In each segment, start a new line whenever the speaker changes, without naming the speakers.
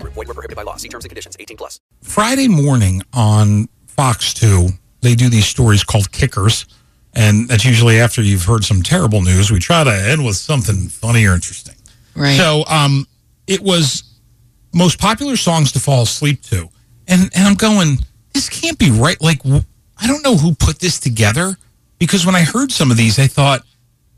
Group. Void were prohibited by law. See terms and conditions. 18 plus.
Friday morning on Fox 2, they do these stories called kickers. And that's usually after you've heard some terrible news. We try to end with something funny or interesting.
Right.
So um, it was most popular songs to fall asleep to. And, and I'm going, this can't be right. Like, w- I don't know who put this together because when I heard some of these, I thought,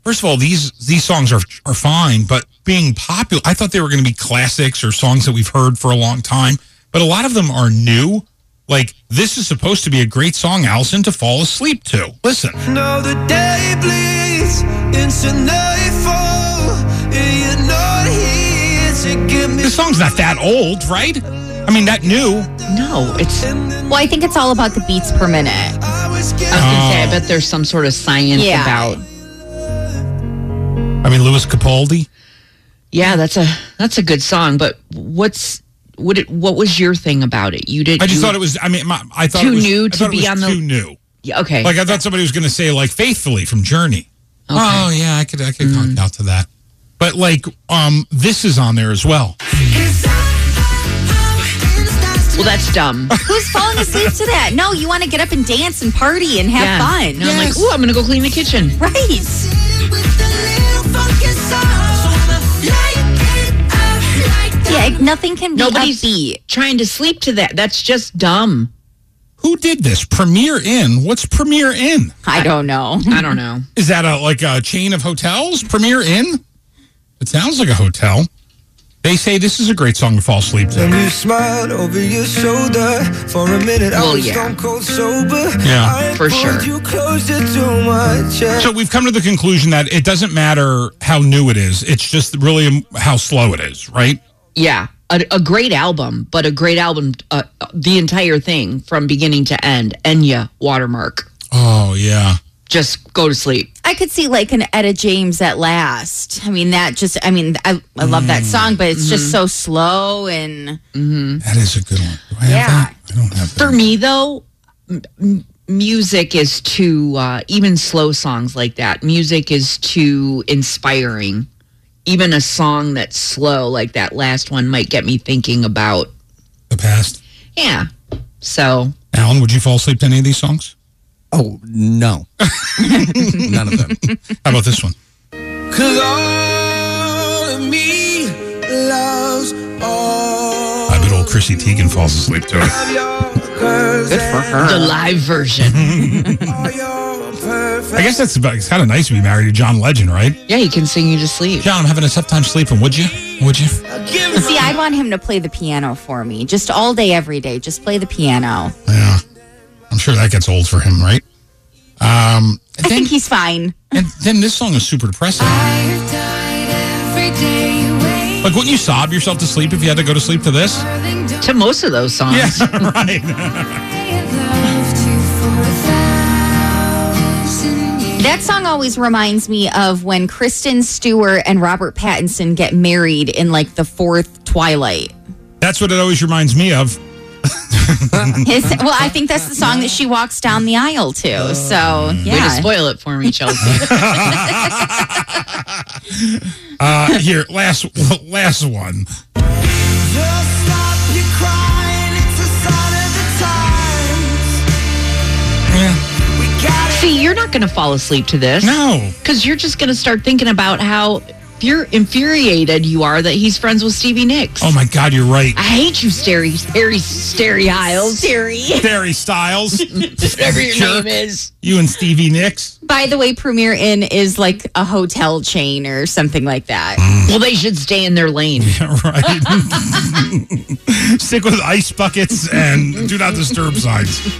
first of all, these, these songs are, are fine, but being popular, I thought they were going to be classics or songs that we've heard for a long time. But a lot of them are new. Like, this is supposed to be a great song, Allison, to fall asleep to. Listen.
Now the day bleeds into nightfall, and you're not here to give me
This song's not that old, right? I mean, that new.
No, it's. I was
Well, I think it's all about the beats per minute.
hours get
gonna say, I bet there's some sort of science
Yeah.
about.
I mean, Louis Capaldi.
Yeah, that's a that's a good song. But what's what? It, what was your thing about it? You did.
I just
you,
thought it was. I mean, my, I thought
Too
it was,
new
I
to
thought it
be
was
on the-
too new.
Yeah, okay.
Like I thought somebody was going to say like faithfully from Journey. Oh yeah, I could I could talk
Mm.
out to that. But like, um, this is on there as well.
well, that's dumb.
Who's falling asleep to that? No, you want to get up and dance and party and have
yeah.
fun.
Now I'm like, ooh, I'm gonna go clean the kitchen.
Right. Yeah, nothing can be
Nobody's
upbeat.
trying to sleep to that. That's just dumb.
Who did this? Premier Inn. What's Premier Inn?
I don't know.
I don't know.
Is that a like a chain of hotels? Premier Inn. It sounds like a hotel. They say this is a great song to fall asleep to.
When you smiled over your shoulder for a minute, I
Well,
was
yeah.
stone cold sober.
Yeah,
I
for
pulled
sure.
You closer to my chest.
So we've come to the conclusion that it doesn't matter how new it is. It's just really how slow it is, right?
Yeah, a, a great album, but a great album, uh, uh, the entire thing from beginning to end. Enya Watermark.
Oh yeah.
Just go to sleep.
I could see like an Etta James at last. I mean, that just, I mean, I, I love that song, but it's just so slow and
That is a good one. Do I have
Yeah.
that? I don't have that.
For me, though, m- m- music is too, uh, even slow songs like that, music is too inspiring. Even a song that's slow, like that last one, might get me thinking about,
The past.
yeah. So,
Alan, would you fall asleep to any of these songs?
Oh, no. None of them.
How about this one?
Cause all of me loves all
I bet old Chrissy Teigen falls asleep to it.
of your curves
the
Uh.
live version.
and your perfect.
I guess that's about, it's kind of nice to be married to John Legend, right?
yeah, he can sing you to sleep.
John, I'm having a tough time sleeping. Would you? Would you?
See, I'd want him to play the piano for me just all day, every day. Just play the piano.
Yeah. I'm sure that gets old for him, right? Um, and
I
then,
think he's fine.
and then this song is super depressing. Like, wouldn't you sob yourself to sleep if you had to go to sleep to this?
To most of those songs.
right.
That song always reminds me of when Kristen Stewart and Robert Pattinson get married in like the fourth Twilight.
That's what it always reminds me of.
His, well, I think that's the song that she walks down the aisle to. So,
Way to
yeah.
spoil it for me, Chelsea.
Uh, here, last last one.
Just stop your crying, it's a sign of the times.
Yeah.
We got it.
See, you're not going to fall asleep to this.
No.
Because you're just going to start thinking about how you're infuriated you are that he's friends with Stevie Nicks.
Oh my God, you're right.
I hate you, Stary, Stary, Stary Isles. Stary.
Barry Styles,
Whatever your
Jerk.
name is.
you and Stevie Nicks.
By the way, Premier Inn is like a hotel chain or something like that.
Well, they should stay in their lane.
right. Stick with ice buckets and do not disturb signs.